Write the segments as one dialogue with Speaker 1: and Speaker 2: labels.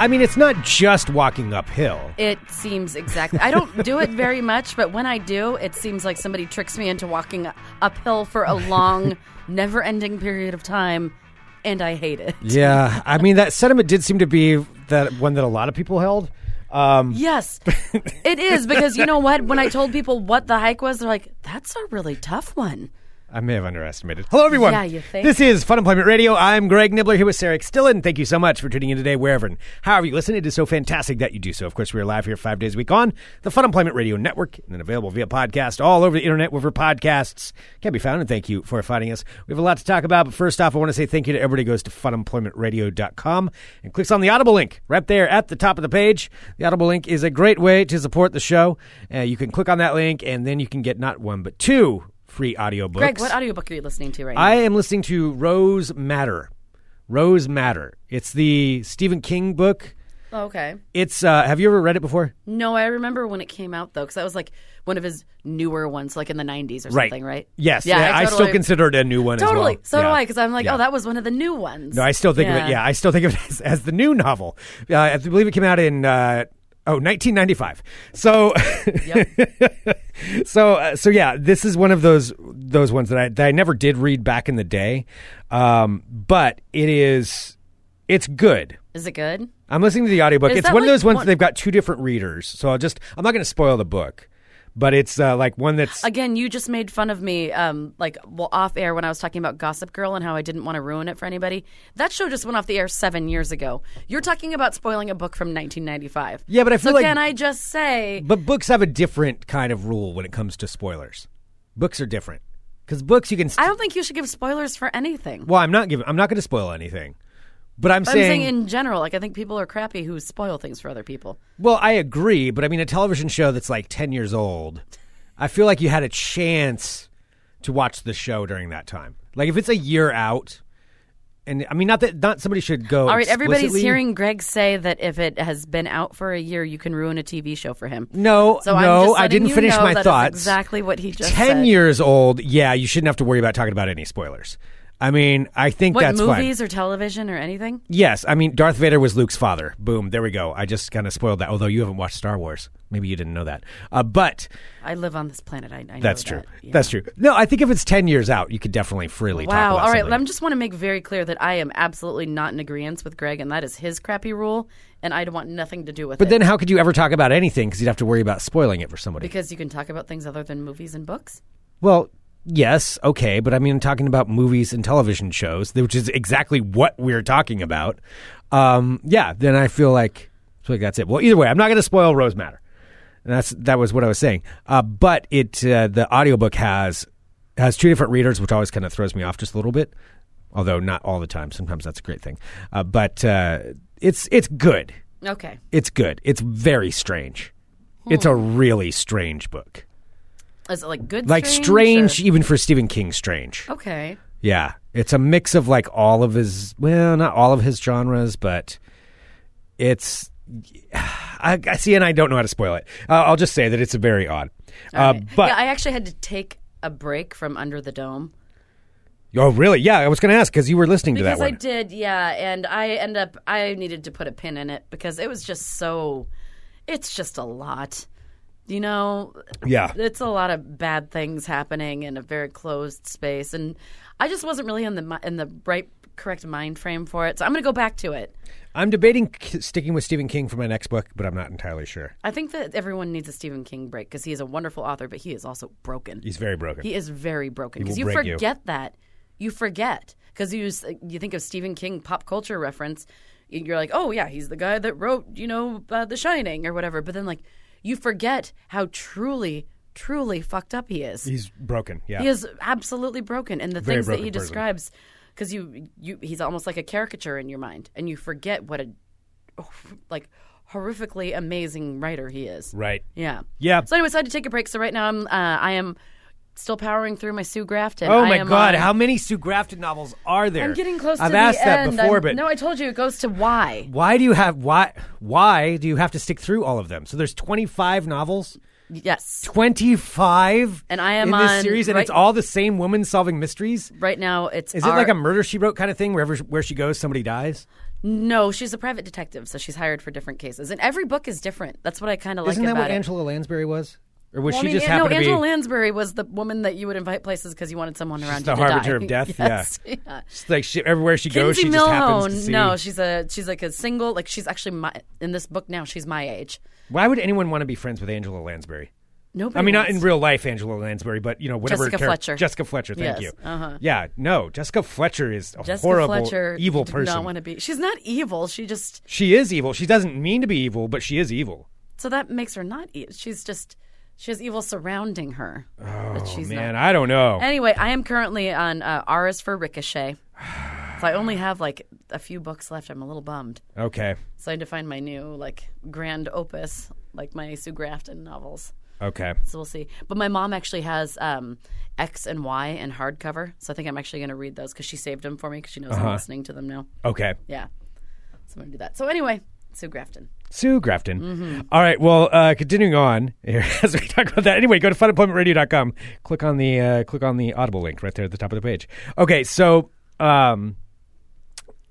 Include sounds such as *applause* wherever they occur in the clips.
Speaker 1: I mean, it's not just walking uphill.
Speaker 2: It seems exactly. I don't do it very much, but when I do, it seems like somebody tricks me into walking uphill for
Speaker 1: *laughs*
Speaker 2: a long, never ending period of time, and I hate it.
Speaker 1: Yeah, I mean that sentiment did seem to be that one that a lot of people held. Um,
Speaker 2: Yes, it is because you know what? When I told people what the hike was, they're like, that's a really tough one.
Speaker 1: I may have underestimated. Hello, everyone.
Speaker 2: Yeah, you think?
Speaker 1: This is Fun Employment Radio. I'm Greg Nibbler here with Sarah Stillen. Thank you so much for tuning in today, wherever and however you listen. It is so fantastic that you do so. Of course, we are live here five days a week on the Fun Employment Radio Network and then available via podcast all over the internet, wherever podcasts can be found. And thank you for finding us. We have a lot to talk about, but first off, I want to say thank you to everybody who goes to funemploymentradio.com and clicks on the Audible link right there at the top of the page. The Audible link is a great way to support the show. Uh, you can click on that link, and then you can get not one, but two. Free audiobooks.
Speaker 2: Greg, what audiobook are you listening to right now?
Speaker 1: I am listening to Rose Matter. Rose Matter. It's the Stephen King book.
Speaker 2: Oh, okay.
Speaker 1: It's uh have you ever read it before?
Speaker 2: No, I remember when it came out though, because that was like one of his newer ones, like in the '90s or something, right?
Speaker 1: Yes.
Speaker 2: Yeah,
Speaker 1: I, still
Speaker 2: totally-
Speaker 1: consider it a new one as well.
Speaker 2: Totally. So do
Speaker 1: Yeah.
Speaker 2: I, because I'm like,
Speaker 1: Yeah.
Speaker 2: oh, that was one of the new ones.
Speaker 1: No, I still think of it. Yeah, I still think of it as, as the new novel. Uh, I believe it came out in uh, oh 1995. So, *laughs* so uh, so yeah, this is one of those those ones that I that I never did read back in the day, um, but it is it's good.
Speaker 2: Is it good?
Speaker 1: I'm listening to the audiobook.
Speaker 2: Is
Speaker 1: it's
Speaker 2: that
Speaker 1: one of
Speaker 2: like
Speaker 1: those ones
Speaker 2: one-
Speaker 1: that they've got two different readers. So I'll just I'm not going to spoil the book, but it's uh, like one that's
Speaker 2: Again, you just made fun of me, um, like well, off air when I was talking about Gossip Girl and how I didn't want to ruin it for anybody. That show just went off the air seven years ago. You're talking about spoiling a book from 1995.
Speaker 1: Yeah, but I feel
Speaker 2: so
Speaker 1: like-
Speaker 2: can I just say
Speaker 1: but books have a different kind of rule when it comes to spoilers. Books are different cuz books you can st-
Speaker 2: I don't think you should give spoilers for anything.
Speaker 1: Well, I'm not giving I'm not going to spoil anything. But I'm
Speaker 2: But I'm
Speaker 1: saying,
Speaker 2: saying in general, like I think people are crappy who spoil things for other people.
Speaker 1: well, I agree, but I mean a television show that's like 10 years old. I feel like you had a chance to watch the show during that time. Like if it's a year out and I mean not that not somebody should go
Speaker 2: All right, everybody's
Speaker 1: explicitly-
Speaker 2: hearing Greg say that if it has been out for a year, you can ruin a TV show for him.
Speaker 1: No,
Speaker 2: So I'm
Speaker 1: no,
Speaker 2: just
Speaker 1: I
Speaker 2: letting
Speaker 1: didn't
Speaker 2: you
Speaker 1: finish
Speaker 2: know
Speaker 1: my
Speaker 2: that is
Speaker 1: thoughts.
Speaker 2: exactly what he just
Speaker 1: 10
Speaker 2: said.
Speaker 1: years old, yeah, you shouldn't have to worry about talking about any spoilers. I mean, I think
Speaker 2: What
Speaker 1: that's fine.
Speaker 2: movies or television or anything?
Speaker 1: Yes, I mean, Darth Vader was Luke's father. Boom, there we go. I just kind of spoiled that, although you haven't watched Star Wars. Maybe you didn't know that. Uh, but
Speaker 2: I live on this planet. I, I know
Speaker 1: that's
Speaker 2: that,
Speaker 1: true.
Speaker 2: yeah.
Speaker 1: That's true. No, I think if it's 10 years out, you could definitely freely talk
Speaker 2: wow.
Speaker 1: about
Speaker 2: All right,
Speaker 1: something.
Speaker 2: I just want to make very clear that I am absolutely not in agreement with Greg, and that is his crappy rule, and I want nothing to do with
Speaker 1: But
Speaker 2: it.
Speaker 1: then how could you ever talk about anything because you'd have to worry about spoiling it for somebody?
Speaker 2: because you can talk about things other than movies and books.
Speaker 1: Well, yes, okay, but I mean, I'm talking about movies and television shows, which is exactly what we're talking about. Um, yeah, then I feel like, I feel like that's it. Well, either way, I'm not going to spoil Rose Matter. And that's that was what I was saying. Uh, but it uh, the audiobook has has two different readers, which always kind of throws me off just a little bit. Although not all the time. Sometimes that's a great thing. Uh, but uh, it's it's good.
Speaker 2: Okay.
Speaker 1: It's good. It's very strange. It's a really strange book.
Speaker 2: Is it like good?
Speaker 1: Like strange, even for Stephen King, strange.
Speaker 2: or- Okay.
Speaker 1: Yeah, it's a mix of like all of his well, not all of his genres, but it's *sighs* I, I see, and I don't know how to spoil it. Uh, I'll just say that it's very odd. Uh, but
Speaker 2: yeah, I actually had to take a break from Under the Dome.
Speaker 1: oh, really? Yeah, I was going to ask because you were listening to that
Speaker 2: Because I
Speaker 1: one.
Speaker 2: did, yeah, and I end up I needed to put a pin in it because it was just so it's just a lot. You know,
Speaker 1: Yeah.
Speaker 2: it's a lot of bad things happening in a very closed space and I just wasn't really in the mi- in the right correct mind frame for it. So I'm going to go back to it.
Speaker 1: I'm debating k- sticking with Stephen King for my next book, but I'm not entirely sure.
Speaker 2: I think that everyone needs a Stephen King break because he is a wonderful author, but he is also broken.
Speaker 1: He's very broken.
Speaker 2: He is very broken because
Speaker 1: will
Speaker 2: you
Speaker 1: break you.
Speaker 2: forget that. You forget because you s- you think of Stephen King pop culture reference, y- you're like, oh yeah, he's the guy that wrote you know uh, The Shining or whatever. But then like you forget how truly, truly fucked up he is.
Speaker 1: He's broken. Yeah.
Speaker 2: He is absolutely broken, and the
Speaker 1: Very
Speaker 2: things that
Speaker 1: broken
Speaker 2: he
Speaker 1: person.
Speaker 2: describes, because you you he's almost like a caricature in your mind, and you forget what a *laughs* like horrifically amazing writer he is.
Speaker 1: right.
Speaker 2: Yeah.
Speaker 1: Yeah.
Speaker 2: So anyways, I had to take a break. So right now I'm uh, I am still powering through my Sue Grafton.
Speaker 1: Oh
Speaker 2: I
Speaker 1: my
Speaker 2: am
Speaker 1: God!
Speaker 2: on-
Speaker 1: How many Sue Grafton novels are there?
Speaker 2: I'm getting close.
Speaker 1: I've
Speaker 2: to
Speaker 1: asked
Speaker 2: the
Speaker 1: that
Speaker 2: end.
Speaker 1: before,
Speaker 2: I'm-
Speaker 1: but
Speaker 2: no, I told you it goes to why.
Speaker 1: why do you have why why do you have to stick through all of them? So there's 25 novels.
Speaker 2: Yes.
Speaker 1: 25
Speaker 2: And I am
Speaker 1: in this
Speaker 2: on
Speaker 1: series and
Speaker 2: right-
Speaker 1: it's all the same woman solving mysteries
Speaker 2: Right now it's
Speaker 1: is
Speaker 2: our-
Speaker 1: it like a murder she wrote kind of thing wherever where she goes somebody dies
Speaker 2: No, she's a private detective, so she's hired for different cases. And every book is different. That's what I kind of like
Speaker 1: Isn't that
Speaker 2: about
Speaker 1: what
Speaker 2: it.
Speaker 1: Angela Lansbury was? Or was
Speaker 2: Well,
Speaker 1: she
Speaker 2: I mean,
Speaker 1: just
Speaker 2: An-
Speaker 1: happened
Speaker 2: no,
Speaker 1: to
Speaker 2: Angela
Speaker 1: be
Speaker 2: Lansbury was the woman that you would invite places because you wanted someone around
Speaker 1: the
Speaker 2: you to
Speaker 1: harbinger
Speaker 2: die.
Speaker 1: of death?
Speaker 2: *laughs* yes. yeah.
Speaker 1: It's like she, everywhere she goes,
Speaker 2: Lindsay
Speaker 1: she just happens to
Speaker 2: Milhone.
Speaker 1: see.
Speaker 2: No, she's a she's like a single. Like she's actually my in this book now. She's my age.
Speaker 1: Why would anyone want to be friends with Angela Lansbury?
Speaker 2: Nobody.
Speaker 1: I mean, not
Speaker 2: wants-
Speaker 1: in real life, Angela Lansbury, but you know, whatever.
Speaker 2: Jessica
Speaker 1: character-
Speaker 2: Fletcher.
Speaker 1: Jessica Fletcher. Thank
Speaker 2: Yes,
Speaker 1: you.
Speaker 2: uh-huh.
Speaker 1: Yeah. No, Jessica Fletcher is a
Speaker 2: Jessica
Speaker 1: horrible,
Speaker 2: Fletcher
Speaker 1: evil
Speaker 2: did
Speaker 1: person.
Speaker 2: Not want to be. She's not evil. She just
Speaker 1: she is evil. She doesn't mean to be evil, but she is evil.
Speaker 2: so that makes her not. E- she's just she has evil surrounding her. Oh but she's
Speaker 1: Man,
Speaker 2: Not.
Speaker 1: I don't know.
Speaker 2: Anyway, I am currently on uh, R is for Ricochet. So I only have like a few books left. I'm a little bummed.
Speaker 1: okay.
Speaker 2: So I need to find my new like grand opus, like my Sue Grafton novels.
Speaker 1: Okay.
Speaker 2: So we'll see. But my mom actually has um, X and Y in hardcover, so I think I'm actually going to read those because she saved them for me because she knows
Speaker 1: Uh-huh.
Speaker 2: I'm listening to them now.
Speaker 1: Okay.
Speaker 2: Yeah, so I'm going to do that. So anyway, Sue Grafton.
Speaker 1: Sue Grafton. All right. Well, uh, continuing on here *laughs* as we talk about that. Anyway, go to funemploymentradio.com. Click on the uh, click on the Audible link right there at the top of the page. Okay. So, um,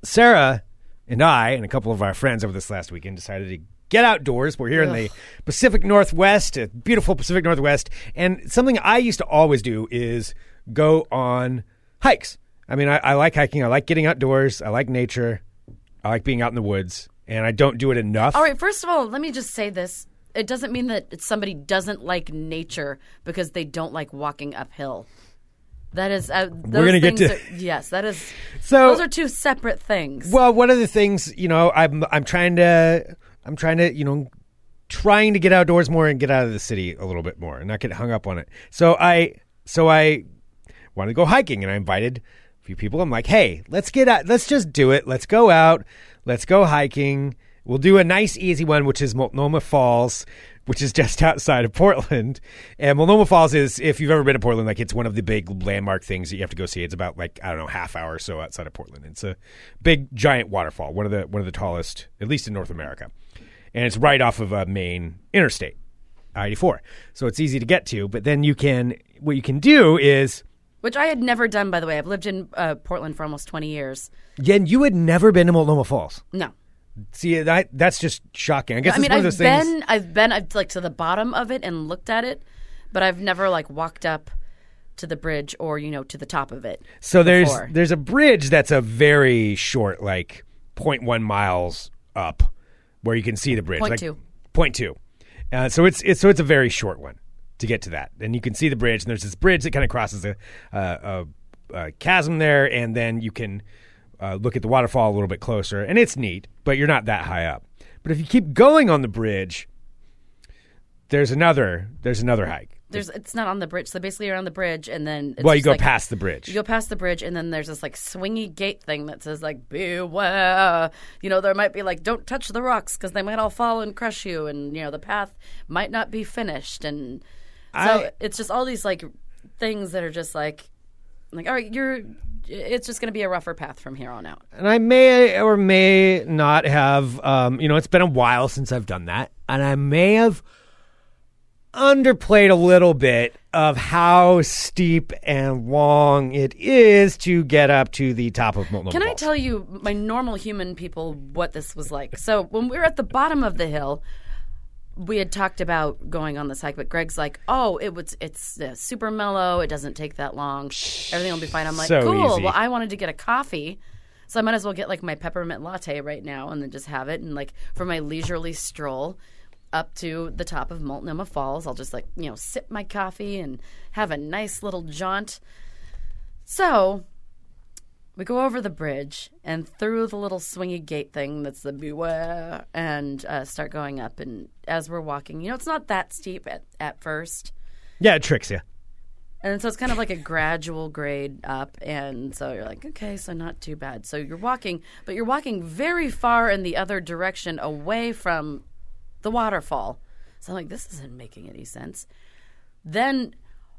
Speaker 1: Sarah and I and a couple of our friends over this last weekend decided to get outdoors. We're here in the Pacific Northwest, uh, beautiful Pacific Northwest, and something I used to always do is go on hikes. I mean, I, I like hiking. I like getting outdoors. I like nature. I like being out in the woods. And I don't do it enough.
Speaker 2: All right, first of all, let me just say this. It doesn't mean that it's somebody doesn't like nature because they don't like walking uphill. That is, uh, those
Speaker 1: gonna get
Speaker 2: things
Speaker 1: to-
Speaker 2: are- yes, that is.
Speaker 1: *laughs* So-
Speaker 2: those are two separate things.
Speaker 1: Well, one of the things you know, I'm I'm trying to I'm trying to you know trying to get outdoors more and get out of the city a little bit more and not get hung up on it. So I so I wanted to go hiking and I invited a few people. I'm like, hey, let's get out. Let's just do it. Let's go out. Let's go hiking. We'll do a nice easy one, which is Multnomah Falls. Which is just *laughs* outside of Portland, and Multnomah Falls is, if you've ever been to Portland, like it's one of the big landmark things that you have to go see. It's about like I don't know, half hour or so outside of Portland. It's a big giant waterfall, one of the one of the tallest, at least in North America, and it's right off of a main interstate, I eighty four. So it's easy to get to. But then you can what you can do is
Speaker 2: Which I had never done, by the way. I've lived in uh, Portland for almost 20 years.
Speaker 1: Yen, you had never been to Multnomah Falls.
Speaker 2: No.
Speaker 1: See, that, that's just shocking. I guess
Speaker 2: I
Speaker 1: it's
Speaker 2: mean,
Speaker 1: one
Speaker 2: I've
Speaker 1: of those
Speaker 2: been,
Speaker 1: things.
Speaker 2: I've been, I've like to the bottom of it and looked at it, but I've never like walked up to the bridge or you know to the top of it.
Speaker 1: So there's
Speaker 2: before.
Speaker 1: there's a bridge that's a very short, like 0.1 miles up, where you can see the bridge.
Speaker 2: Point
Speaker 1: like,
Speaker 2: two.
Speaker 1: Point two. Uh, so it's it's so it's a very short one to get to that, and you can see the bridge. And there's this bridge that kind of crosses a, uh, a, a chasm there, and then you can uh, look at the waterfall a little bit closer, and it's neat, but you're not that high up. But if you keep going on the bridge, there's another there's another hike.
Speaker 2: There's, it's not on the bridge. So basically, you're on the bridge, and then it's
Speaker 1: Well, you
Speaker 2: just,
Speaker 1: go
Speaker 2: like,
Speaker 1: past the bridge.
Speaker 2: You go past the bridge, and then there's this like swingy gate thing that says like beware. You know, there might be like don't touch the rocks because they might all fall and crush you, and you know the path might not be finished, and so
Speaker 1: I-
Speaker 2: it's just all these like things that are just like like all right, you're. It's just going to be a rougher path from here on out.
Speaker 1: and I may or may not have. Um, you know, it's been a while since I've done that, and I may have underplayed a little bit of how steep and long it is to get up to the top of Multnomah
Speaker 2: Can I
Speaker 1: Falls.
Speaker 2: tell you, my normal human people, what this was like? So when we were at the bottom of the hill, we had talked about going on this hike, but Greg's like, "Oh, it was it's uh, super mellow. It doesn't take that long. Everything will be fine." I'm like,
Speaker 1: So
Speaker 2: "Cool."
Speaker 1: easy.
Speaker 2: Well, I wanted to get a coffee, so I might as well get like my peppermint latte right now and then just have it and like for my leisurely stroll up to the top of Multnomah Falls, I'll just like you know sip my coffee and have a nice little jaunt. So we go over the bridge and through the little swingy gate thing that's the beware and uh, start going up. And as we're walking, you know, it's not that steep at, at first.
Speaker 1: yeah, it tricks you.
Speaker 2: And so it's kind of like a gradual grade up. And so you're like, okay, so not too bad. So you're walking, but you're walking very far in the other direction away from the waterfall. So I'm like, this isn't making any sense. Then,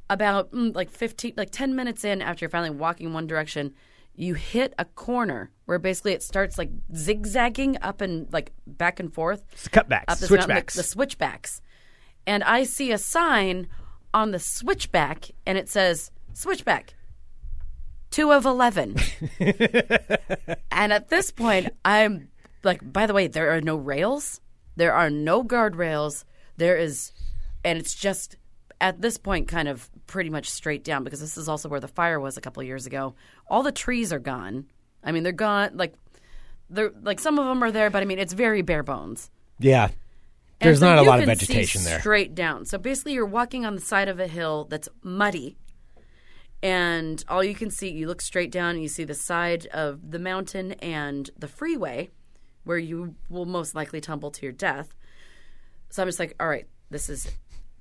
Speaker 2: about mm, like 15, like 10 minutes in, after you're finally walking one direction, you hit a corner where basically it starts like zigzagging up and like back and forth
Speaker 1: It's the cutbacks,
Speaker 2: up this mountain,
Speaker 1: switchbacks.
Speaker 2: the, the switchbacks. And I see a sign on the switchback, and it says switchback. two of 11. and at this point, I'm like, by the way, there are no rails, there are no guardrails, there is, and it's just at this point kind of pretty much straight down because this is also where the fire was a couple years ago. All the trees are gone. I mean, they're gone, like, they're, like some of them are there, but I mean, it's very bare bones.
Speaker 1: Yeah.
Speaker 2: And
Speaker 1: There's
Speaker 2: so
Speaker 1: not a
Speaker 2: you
Speaker 1: lot of
Speaker 2: can
Speaker 1: vegetation
Speaker 2: see
Speaker 1: there.
Speaker 2: Straight down. So basically, you're walking on the side of a hill that's muddy, and all you can see, you look straight down, and you see the side of the mountain and the freeway, where you will most likely tumble to your death. So I'm just like, all right, this is.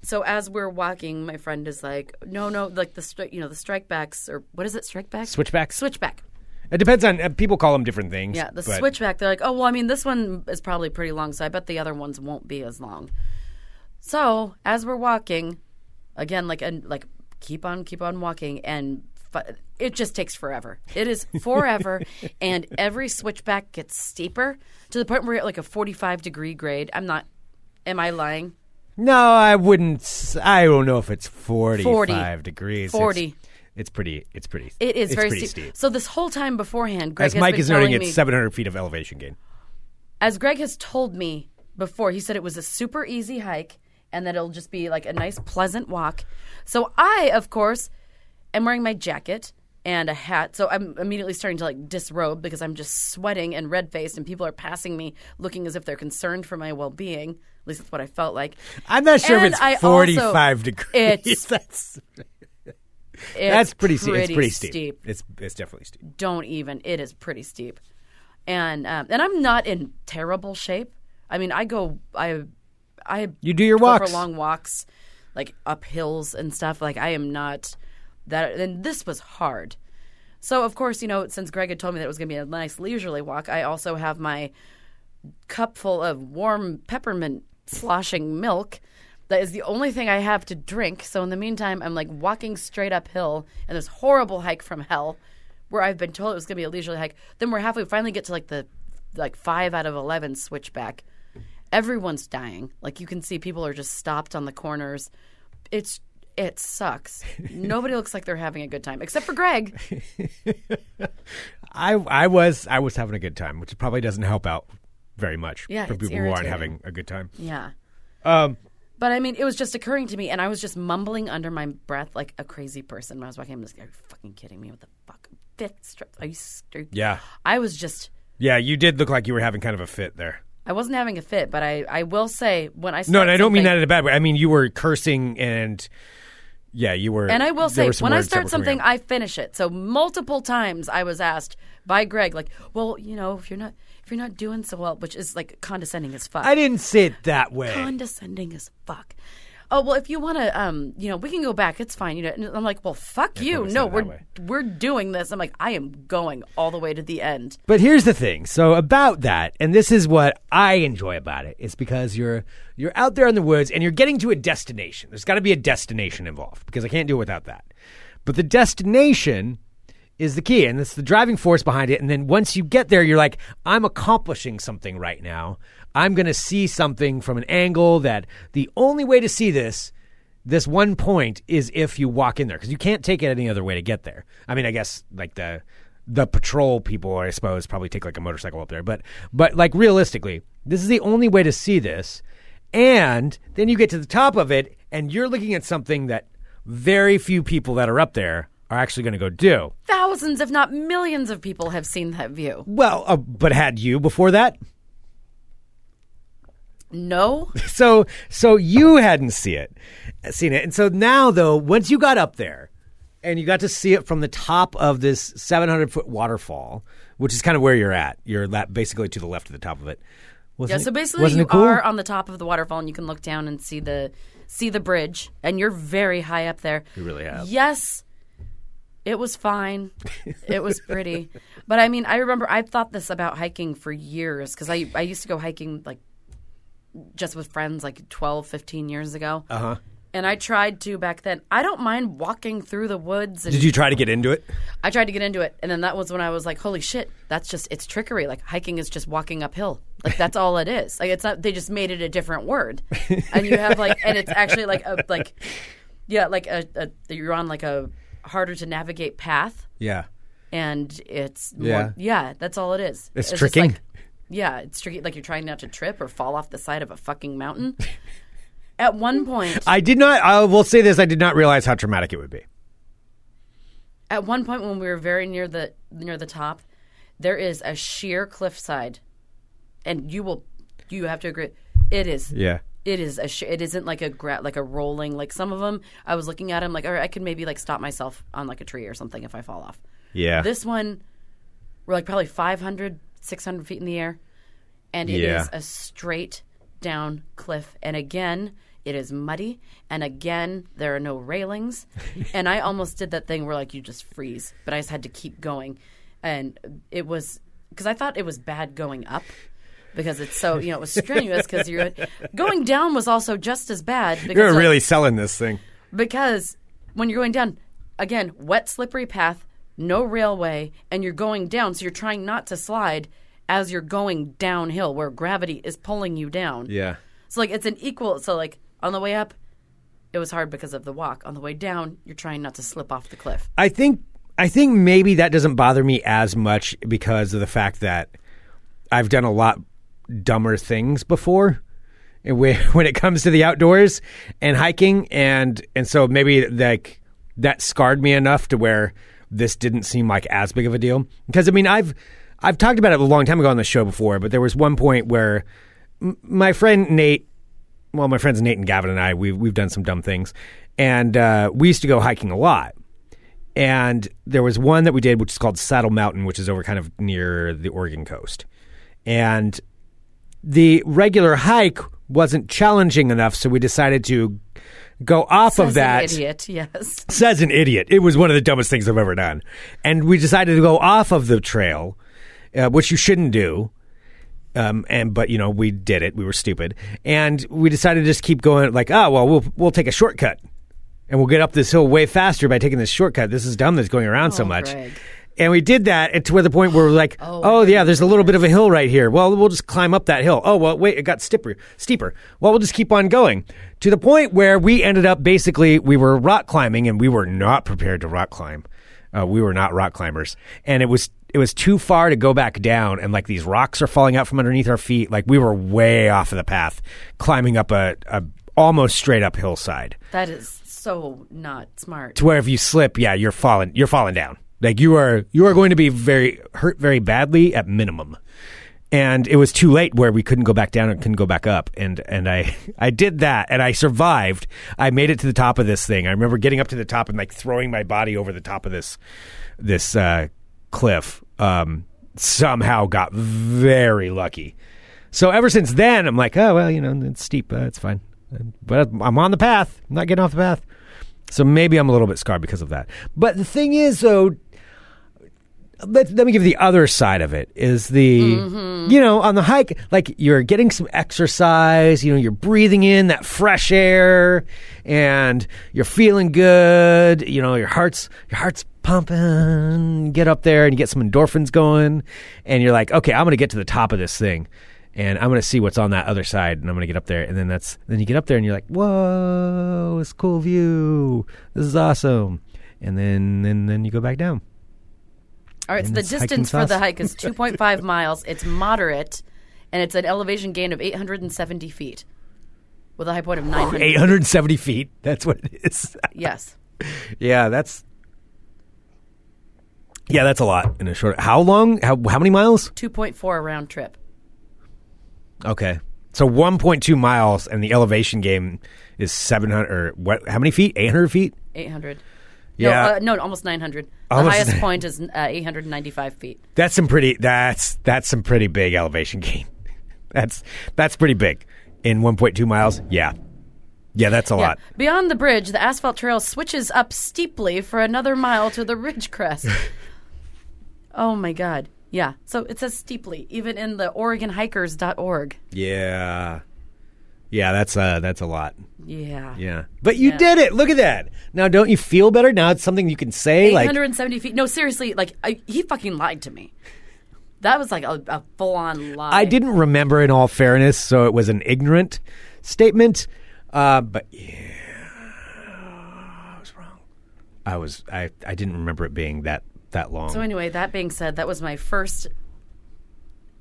Speaker 2: So as we're walking, my friend is like, no, no, like the stri- you know the strikebacks or what is it, strikeback?
Speaker 1: Switchbacks?
Speaker 2: Switchback.
Speaker 1: It depends on, uh, people call them different things.
Speaker 2: Yeah, the
Speaker 1: but-
Speaker 2: switchback. They're like, oh well, I mean, this one is probably pretty long, so I bet the other ones won't be as long. So as we're walking, again, like and like, keep on, keep on walking, and fu- it just takes forever.
Speaker 1: *laughs*
Speaker 2: It is forever, and every switchback gets steeper to the point where you're at like a 45 degree grade. I'm not. Am I lying?
Speaker 1: No, I wouldn't. s- I don't know if it's 45
Speaker 2: 40.
Speaker 1: degrees.
Speaker 2: 40.
Speaker 1: It's, it's pretty. It's pretty.
Speaker 2: It is
Speaker 1: it's
Speaker 2: very
Speaker 1: pretty
Speaker 2: steep. So this whole time beforehand, Greg
Speaker 1: As
Speaker 2: has
Speaker 1: Mike
Speaker 2: been
Speaker 1: is noting,
Speaker 2: telling
Speaker 1: it's
Speaker 2: me-
Speaker 1: 700 feet of elevation gain.
Speaker 2: as Greg has told me before, he said it was a super easy hike and that it'll just be like a nice, pleasant walk. So I, of course, am wearing my jacket and a hat. So I'm immediately starting to like disrobe because I'm just sweating and red faced, and people are passing me looking as if they're concerned for my well being. At least that's what I felt like.
Speaker 1: I'm not sure
Speaker 2: And
Speaker 1: if it's
Speaker 2: I also-
Speaker 1: 45 degrees. *laughs*
Speaker 2: It's-
Speaker 1: that's
Speaker 2: It's
Speaker 1: that's pretty, steep. It's pretty steep.
Speaker 2: steep.
Speaker 1: It's it's definitely steep.
Speaker 2: Don't even. It is pretty steep, and um, and I'm not in terrible shape. I mean, I go. I I
Speaker 1: You do your
Speaker 2: go
Speaker 1: walks.
Speaker 2: for long walks, like up hills and stuff. Like I am not that. And this was hard. So of course, you know, since Greg had told me that it was going to be a nice leisurely walk, I also have my cup full of warm peppermint sloshing milk. That is the only thing I have to drink. So in the meantime, I'm like walking straight uphill and this horrible hike from hell where I've been told it was going to be a leisurely hike. Then we're halfway, finally get to like the like 5 out of 11 switchback. Everyone's dying. Like you can see people are just stopped on the corners. It's it sucks. Nobody looks like they're having a good time except for Greg.
Speaker 1: I I was I was having a good time, which probably doesn't help out very much
Speaker 2: Yeah,
Speaker 1: for
Speaker 2: it's
Speaker 1: people who aren't
Speaker 2: irritating.
Speaker 1: having a good time.
Speaker 2: Yeah.
Speaker 1: Um,
Speaker 2: but I mean, it was just occurring to me, and I was just mumbling under my breath like a crazy person when I was walking. I'm just, are you fucking kidding me? What the fuck? Fifth strip? Are you? St-
Speaker 1: Yeah,
Speaker 2: I was just.
Speaker 1: yeah. You did look like you were having kind of a fit there.
Speaker 2: I wasn't having a fit, but I, I will say when I
Speaker 1: No,
Speaker 2: start
Speaker 1: and I don't mean
Speaker 2: something-
Speaker 1: that in a bad way. I mean you were cursing and yeah, you were.
Speaker 2: And I
Speaker 1: there
Speaker 2: will say,
Speaker 1: were some
Speaker 2: when I
Speaker 1: words that
Speaker 2: start
Speaker 1: were coming
Speaker 2: something,
Speaker 1: out.
Speaker 2: I finish it. So multiple times I was asked by Greg, like, "Well, you know, if you're not if you're not doing so well," which is like condescending as fuck.
Speaker 1: I didn't say it that way.
Speaker 2: condescending as fuck. Oh well, if you want to, um, you know, we can go back. It's fine. You know, and I'm like, well, fuck you.
Speaker 1: said
Speaker 2: No,
Speaker 1: it that
Speaker 2: we're
Speaker 1: way.
Speaker 2: we're doing this. I'm like, I am going all the way to the end.
Speaker 1: But here's the thing. So about that, and this is what I enjoy about it, is because you're you're out there in the woods and you're getting to a destination. There's got to be a destination involved because I can't do it without that. But the destination is the key, and it's the driving force behind it. And then once you get there, you're like, I'm accomplishing something right now. I'm going to see something from an angle that the only way to see this this one point is if you walk in there because you can't take it any other way to get there. I mean, I guess like the the patrol people, I suppose, probably take like a motorcycle up there, but but like realistically, this is the only way to see this. And then you get to the top of it, and you're looking at something that very few people that are up there are actually going to go do.
Speaker 2: Thousands, if not millions, of people have seen that view.
Speaker 1: Well, uh, but had you before that?
Speaker 2: No,
Speaker 1: so so you hadn't see it seen it and so now though once you got up there and you got to see it from the top of this 700 foot waterfall which is kind of where you're at you're la- basically to the left of the top of it
Speaker 2: yeah.
Speaker 1: wasn't
Speaker 2: So
Speaker 1: it-
Speaker 2: basically,
Speaker 1: wasn't
Speaker 2: you
Speaker 1: it cool?
Speaker 2: are on the top of the waterfall, and you can look down and see the see the bridge, and you're very high up there.
Speaker 1: You really have.
Speaker 2: Yes, it
Speaker 1: *laughs*
Speaker 2: was fine. it was pretty. But I mean, I remember I thought this about hiking for years because I, I used to go hiking like just with friends like 12, 15 years ago. Uh
Speaker 1: Uh-huh.
Speaker 2: huh. And I tried to back then. I don't mind walking through the woods. And
Speaker 1: did you try to get into it
Speaker 2: I tried to get into it. And then that was when I was like, holy shit, that's just, it's trickery. Like hiking is just walking uphill. Like that's all it is. Like it's not, they just made it a different word. And you have like, and it's actually like a, like, yeah, like a, a you're on like a harder to navigate path
Speaker 1: yeah
Speaker 2: and it's
Speaker 1: Yeah.
Speaker 2: more, yeah, that's all it is.
Speaker 1: It's
Speaker 2: just
Speaker 1: tricking.
Speaker 2: like- yeah, it's tricky. Like you're trying not to trip or fall off the side of a fucking mountain. At one point,
Speaker 1: I did not. I will say this: I did not realize how traumatic it would be.
Speaker 2: at one point when we were very near the near the top, there is a sheer cliffside, and you will you have to agree it is
Speaker 1: Yeah.
Speaker 2: it is a sh- it isn't like a gra- like a rolling like some of them. I was looking at them like all right, I could maybe like stop myself on like a tree or something if I fall off.
Speaker 1: Yeah.
Speaker 2: This one, we're like probably 500, 600 feet in the air, and it is
Speaker 1: Yeah.
Speaker 2: a straight down cliff. And again, it is muddy, and again, there are no railings.
Speaker 1: *laughs*
Speaker 2: and I almost did that thing where like you just freeze, but I just had to keep going, and it was because I thought it was bad going up. Because it's so you know it was strenuous because you're going down was also just as bad.
Speaker 1: *laughs*
Speaker 2: Because
Speaker 1: You're
Speaker 2: like,
Speaker 1: really selling this thing.
Speaker 2: because when you're going down, again, wet, slippery path, no railway, and you're going down, so you're trying not to slide as you're going downhill where gravity is pulling you down.
Speaker 1: Yeah.
Speaker 2: So, like, it's an equal. So, like, on the way up, it was hard because of the walk. On the way down, you're trying not to slip off the cliff.
Speaker 1: I think I think maybe that doesn't bother me as much because of the fact that I've done a lot dumber things before *laughs* and whe- when it comes to the outdoors and hiking and and so maybe like that scarred me enough to where this didn't seem like as big of a deal because I mean I've I've talked about it a long time ago on the show before but there was one point where m- my friend Nate well, my friends Nate and Gavin and I, we've we've done some dumb things, and uh, we used to go hiking a lot. And there was one that we did, which is called Saddle Mountain, which is over kind of near the Oregon coast. And the regular hike wasn't challenging enough, so we decided to go off
Speaker 2: As
Speaker 1: of
Speaker 2: an
Speaker 1: that
Speaker 2: idiot, yes.
Speaker 1: says an idiot. It was one of the dumbest things I've ever done. And we decided to go off of the trail, uh, which you shouldn't do. Um, and but you know we did it. We were stupid, and we decided to just keep going. Like, oh well, we'll we'll take a shortcut, and we'll get up this hill way faster by taking this shortcut. This is dumb. That's going around so
Speaker 2: Oh,
Speaker 1: much.
Speaker 2: Greg.
Speaker 1: And we did that and to where the point where we're like, oh,
Speaker 2: Oh, I
Speaker 1: yeah, there's a little bit of a hill right here. Well, we'll just climb up that hill. Oh well, wait, it got steeper. Steeper. Well, we'll just keep on going to the point where we ended up basically we were rock climbing and we were not prepared to rock climb. Uh, we were not rock climbers, and it was it was too far to go back down. And like these rocks are falling out from underneath our feet. Like we were way off of the path, climbing up a, a almost straight up hillside
Speaker 2: That is so not smart.
Speaker 1: to where if you slip, yeah, you're falling, you're falling down. Like you are, you are going to be very hurt very badly at minimum. And it was too late where we couldn't go back down and couldn't go back up. And and I *laughs* I did that and I survived. I made it to the top of this thing. I remember getting up to the top and like throwing my body over the top of this this uh, cliff. Um, somehow got very lucky. So ever since then, I'm like, oh well, you know, it's steep, uh, it's fine. But I'm on the path. I'm not getting off the path. So maybe I'm a little bit scarred because of that. But the thing is, though, let, let me give the other side of it is the, you know, on the hike, like you're getting some exercise, you know, you're breathing in that fresh air and you're feeling good, you know, your heart's, your heart's pumping, get up there and you get some endorphins going and you're like, okay, I'm going to get to the top of this thing and I'm going to see what's on that other side, and I'm going to get up there, and then that's then you get up there, and you're like, whoa, it's a cool view, this is awesome, and then then then you go back down.
Speaker 2: All right, so
Speaker 1: And
Speaker 2: the
Speaker 1: it's hiking
Speaker 2: distance for the
Speaker 1: sauce. *laughs*
Speaker 2: hike is 2.5 miles. It's moderate, and it's an elevation gain of 870 feet with a high point of 900.
Speaker 1: 870 feet. That's what it is. *laughs*
Speaker 2: Yes.
Speaker 1: yeah, that's yeah, that's a lot in a short. How long? How how many miles?
Speaker 2: 2.4 round trip.
Speaker 1: Okay, so 1.2 miles, and the elevation game is 700 or what? How many feet? 800 feet.
Speaker 2: 800.
Speaker 1: Yeah.
Speaker 2: No, uh, no almost 900.
Speaker 1: Almost *laughs*
Speaker 2: the
Speaker 1: nine-
Speaker 2: highest point is uh, 895 feet.
Speaker 1: That's some pretty. That's that's some pretty big elevation *laughs* gain. That's that's pretty big in 1.2 miles. Yeah, yeah, that's a lot.
Speaker 2: Yeah. Beyond the bridge, the asphalt trail switches up steeply for another mile to the
Speaker 1: *laughs*
Speaker 2: ridge crest. oh, my God. Yeah. So it says steeply, even in the OregonHikers.org.
Speaker 1: Yeah, yeah, that's uh that's a lot.
Speaker 2: Yeah.
Speaker 1: Yeah, but you
Speaker 2: Yeah.
Speaker 1: did it. Look at that. Now, don't you feel better? Now it's something you can say. Like,
Speaker 2: 870 feet. No, seriously, like I, he fucking lied to me. That was like a, a full on lie.
Speaker 1: I didn't remember. In all fairness, so it was an ignorant statement. Uh, but yeah, I was wrong. I was. I I didn't remember it being that that long. Uh,
Speaker 2: So anyway, that being said, that was my first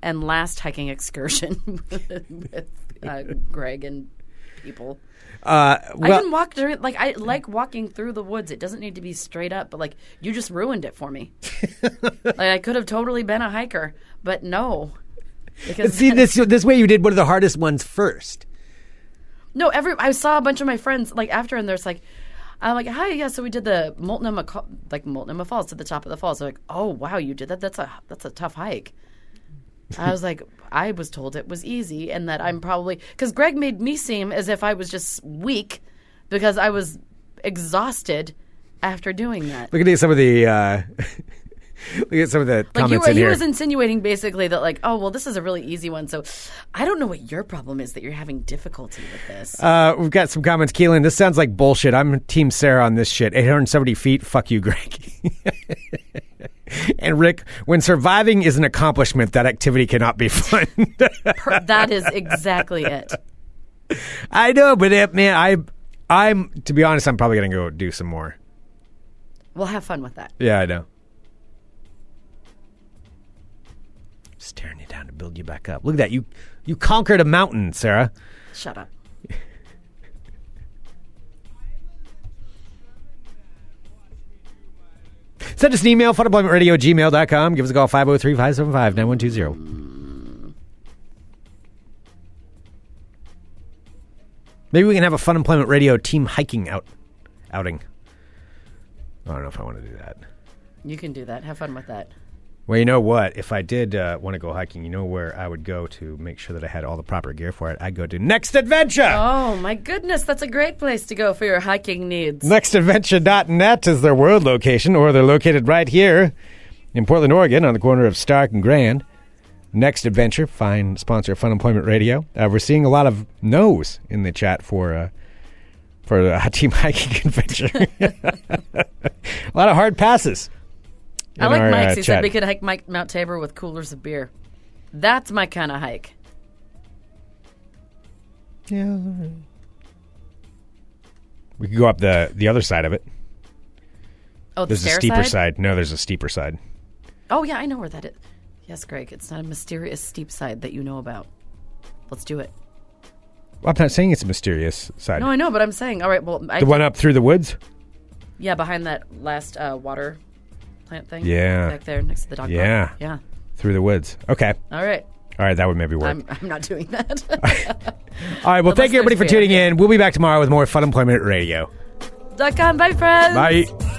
Speaker 2: and last hiking excursion *laughs* with uh, Greg and people.
Speaker 1: uh,
Speaker 2: I
Speaker 1: well,
Speaker 2: can walk during like I like walking through the woods. It doesn't need to be straight up, but like you just ruined it
Speaker 1: *laughs*
Speaker 2: for me. like I could have totally been a hiker, but no. Because *laughs*
Speaker 1: see this this way you did one of the hardest ones first.
Speaker 2: No, every I saw a bunch of my friends like after, and there's like, I'm like, hi, yeah. So we did the Multnomah, Co- like Multnomah Falls to the top of the falls. They're like, oh wow, you did that. That's a that's a tough hike. I was like, I was told it was easy, and that I'm probably because Greg made me seem as if I was just weak because I was exhausted after doing that.
Speaker 1: Look at some of the uh, *laughs* look at some of the
Speaker 2: Like you
Speaker 1: comments
Speaker 2: were,
Speaker 1: in
Speaker 2: he
Speaker 1: here.
Speaker 2: was insinuating basically that like, oh well, this is a really easy one. So I don't know what your problem is that you're having difficulty with
Speaker 1: *laughs*
Speaker 2: this.
Speaker 1: Uh, we've got some comments. Keelan, this sounds like bullshit. I'm Team Sarah on this shit. 870 feet. Fuck you, Greg. *laughs* and Rick, when surviving is an accomplishment, that activity cannot be *laughs* fun.
Speaker 2: Per- that is exactly it.
Speaker 1: I know, but it, man, I, I'm to be honest, I'm probably gonna go do some more.
Speaker 2: We'll have fun with that.
Speaker 1: Yeah, I know. Staring you down to build you back up. Look at that. You you conquered a mountain, Sarah.
Speaker 2: Shut up.
Speaker 1: Send us an email, funemploymentradio at gmail.com. Give us a call, 503 575 9120. Maybe we can have a Fun Employment Radio team hiking out outing. I don't know if I want to do that.
Speaker 2: You can do that. Have fun with that.
Speaker 1: Well, you know what? If I did uh, want to go hiking, you know where I would go to make sure that I had all the proper gear for it? I'd go to Next Adventure!
Speaker 2: Oh my goodness, that's a great place to go for your hiking needs.
Speaker 1: Nextadventure.net is their world location, or they're located right here in Portland, Oregon, on the corner of Stark and Grand. Next Adventure, fine sponsor of Fun Employment Radio. Uh, we're seeing a lot of no's in the chat for uh, for the *laughs* Team Hiking Convention. *laughs* a lot of hard passes.
Speaker 2: I
Speaker 1: in
Speaker 2: like
Speaker 1: our,
Speaker 2: Mike's.
Speaker 1: uh,
Speaker 2: he
Speaker 1: chat.
Speaker 2: said we could hike Mike Mount Tabor with coolers of beer. That's my kind of hike.
Speaker 1: Yeah. We could go up the the other side of it.
Speaker 2: Oh, the
Speaker 1: There's a
Speaker 2: stair
Speaker 1: steeper
Speaker 2: side?
Speaker 1: side. No, there's a steeper side.
Speaker 2: Oh yeah, I know where that is. Yes, Greg, it's not a mysterious steep side that you know about. Let's do it.
Speaker 1: Well, I'm not saying it's a mysterious side.
Speaker 2: No, I know, but I'm saying, all right. Well, I,
Speaker 1: the one up through the woods.
Speaker 2: yeah, behind that last uh, water plant thing.
Speaker 1: Yeah.
Speaker 2: back there next to the dog. park.
Speaker 1: Yeah.
Speaker 2: yeah.
Speaker 1: Through the woods. Okay.
Speaker 2: All right,
Speaker 1: All right. That would maybe work.
Speaker 2: I'm I'm not doing that.
Speaker 1: *laughs*
Speaker 2: *laughs*
Speaker 1: All right. Well, thank
Speaker 2: unless
Speaker 1: you everybody for
Speaker 2: there's
Speaker 1: tuning in. We'll be back tomorrow with more Fun Employment Radio.
Speaker 2: Dot com. Bye, friends.
Speaker 1: Bye.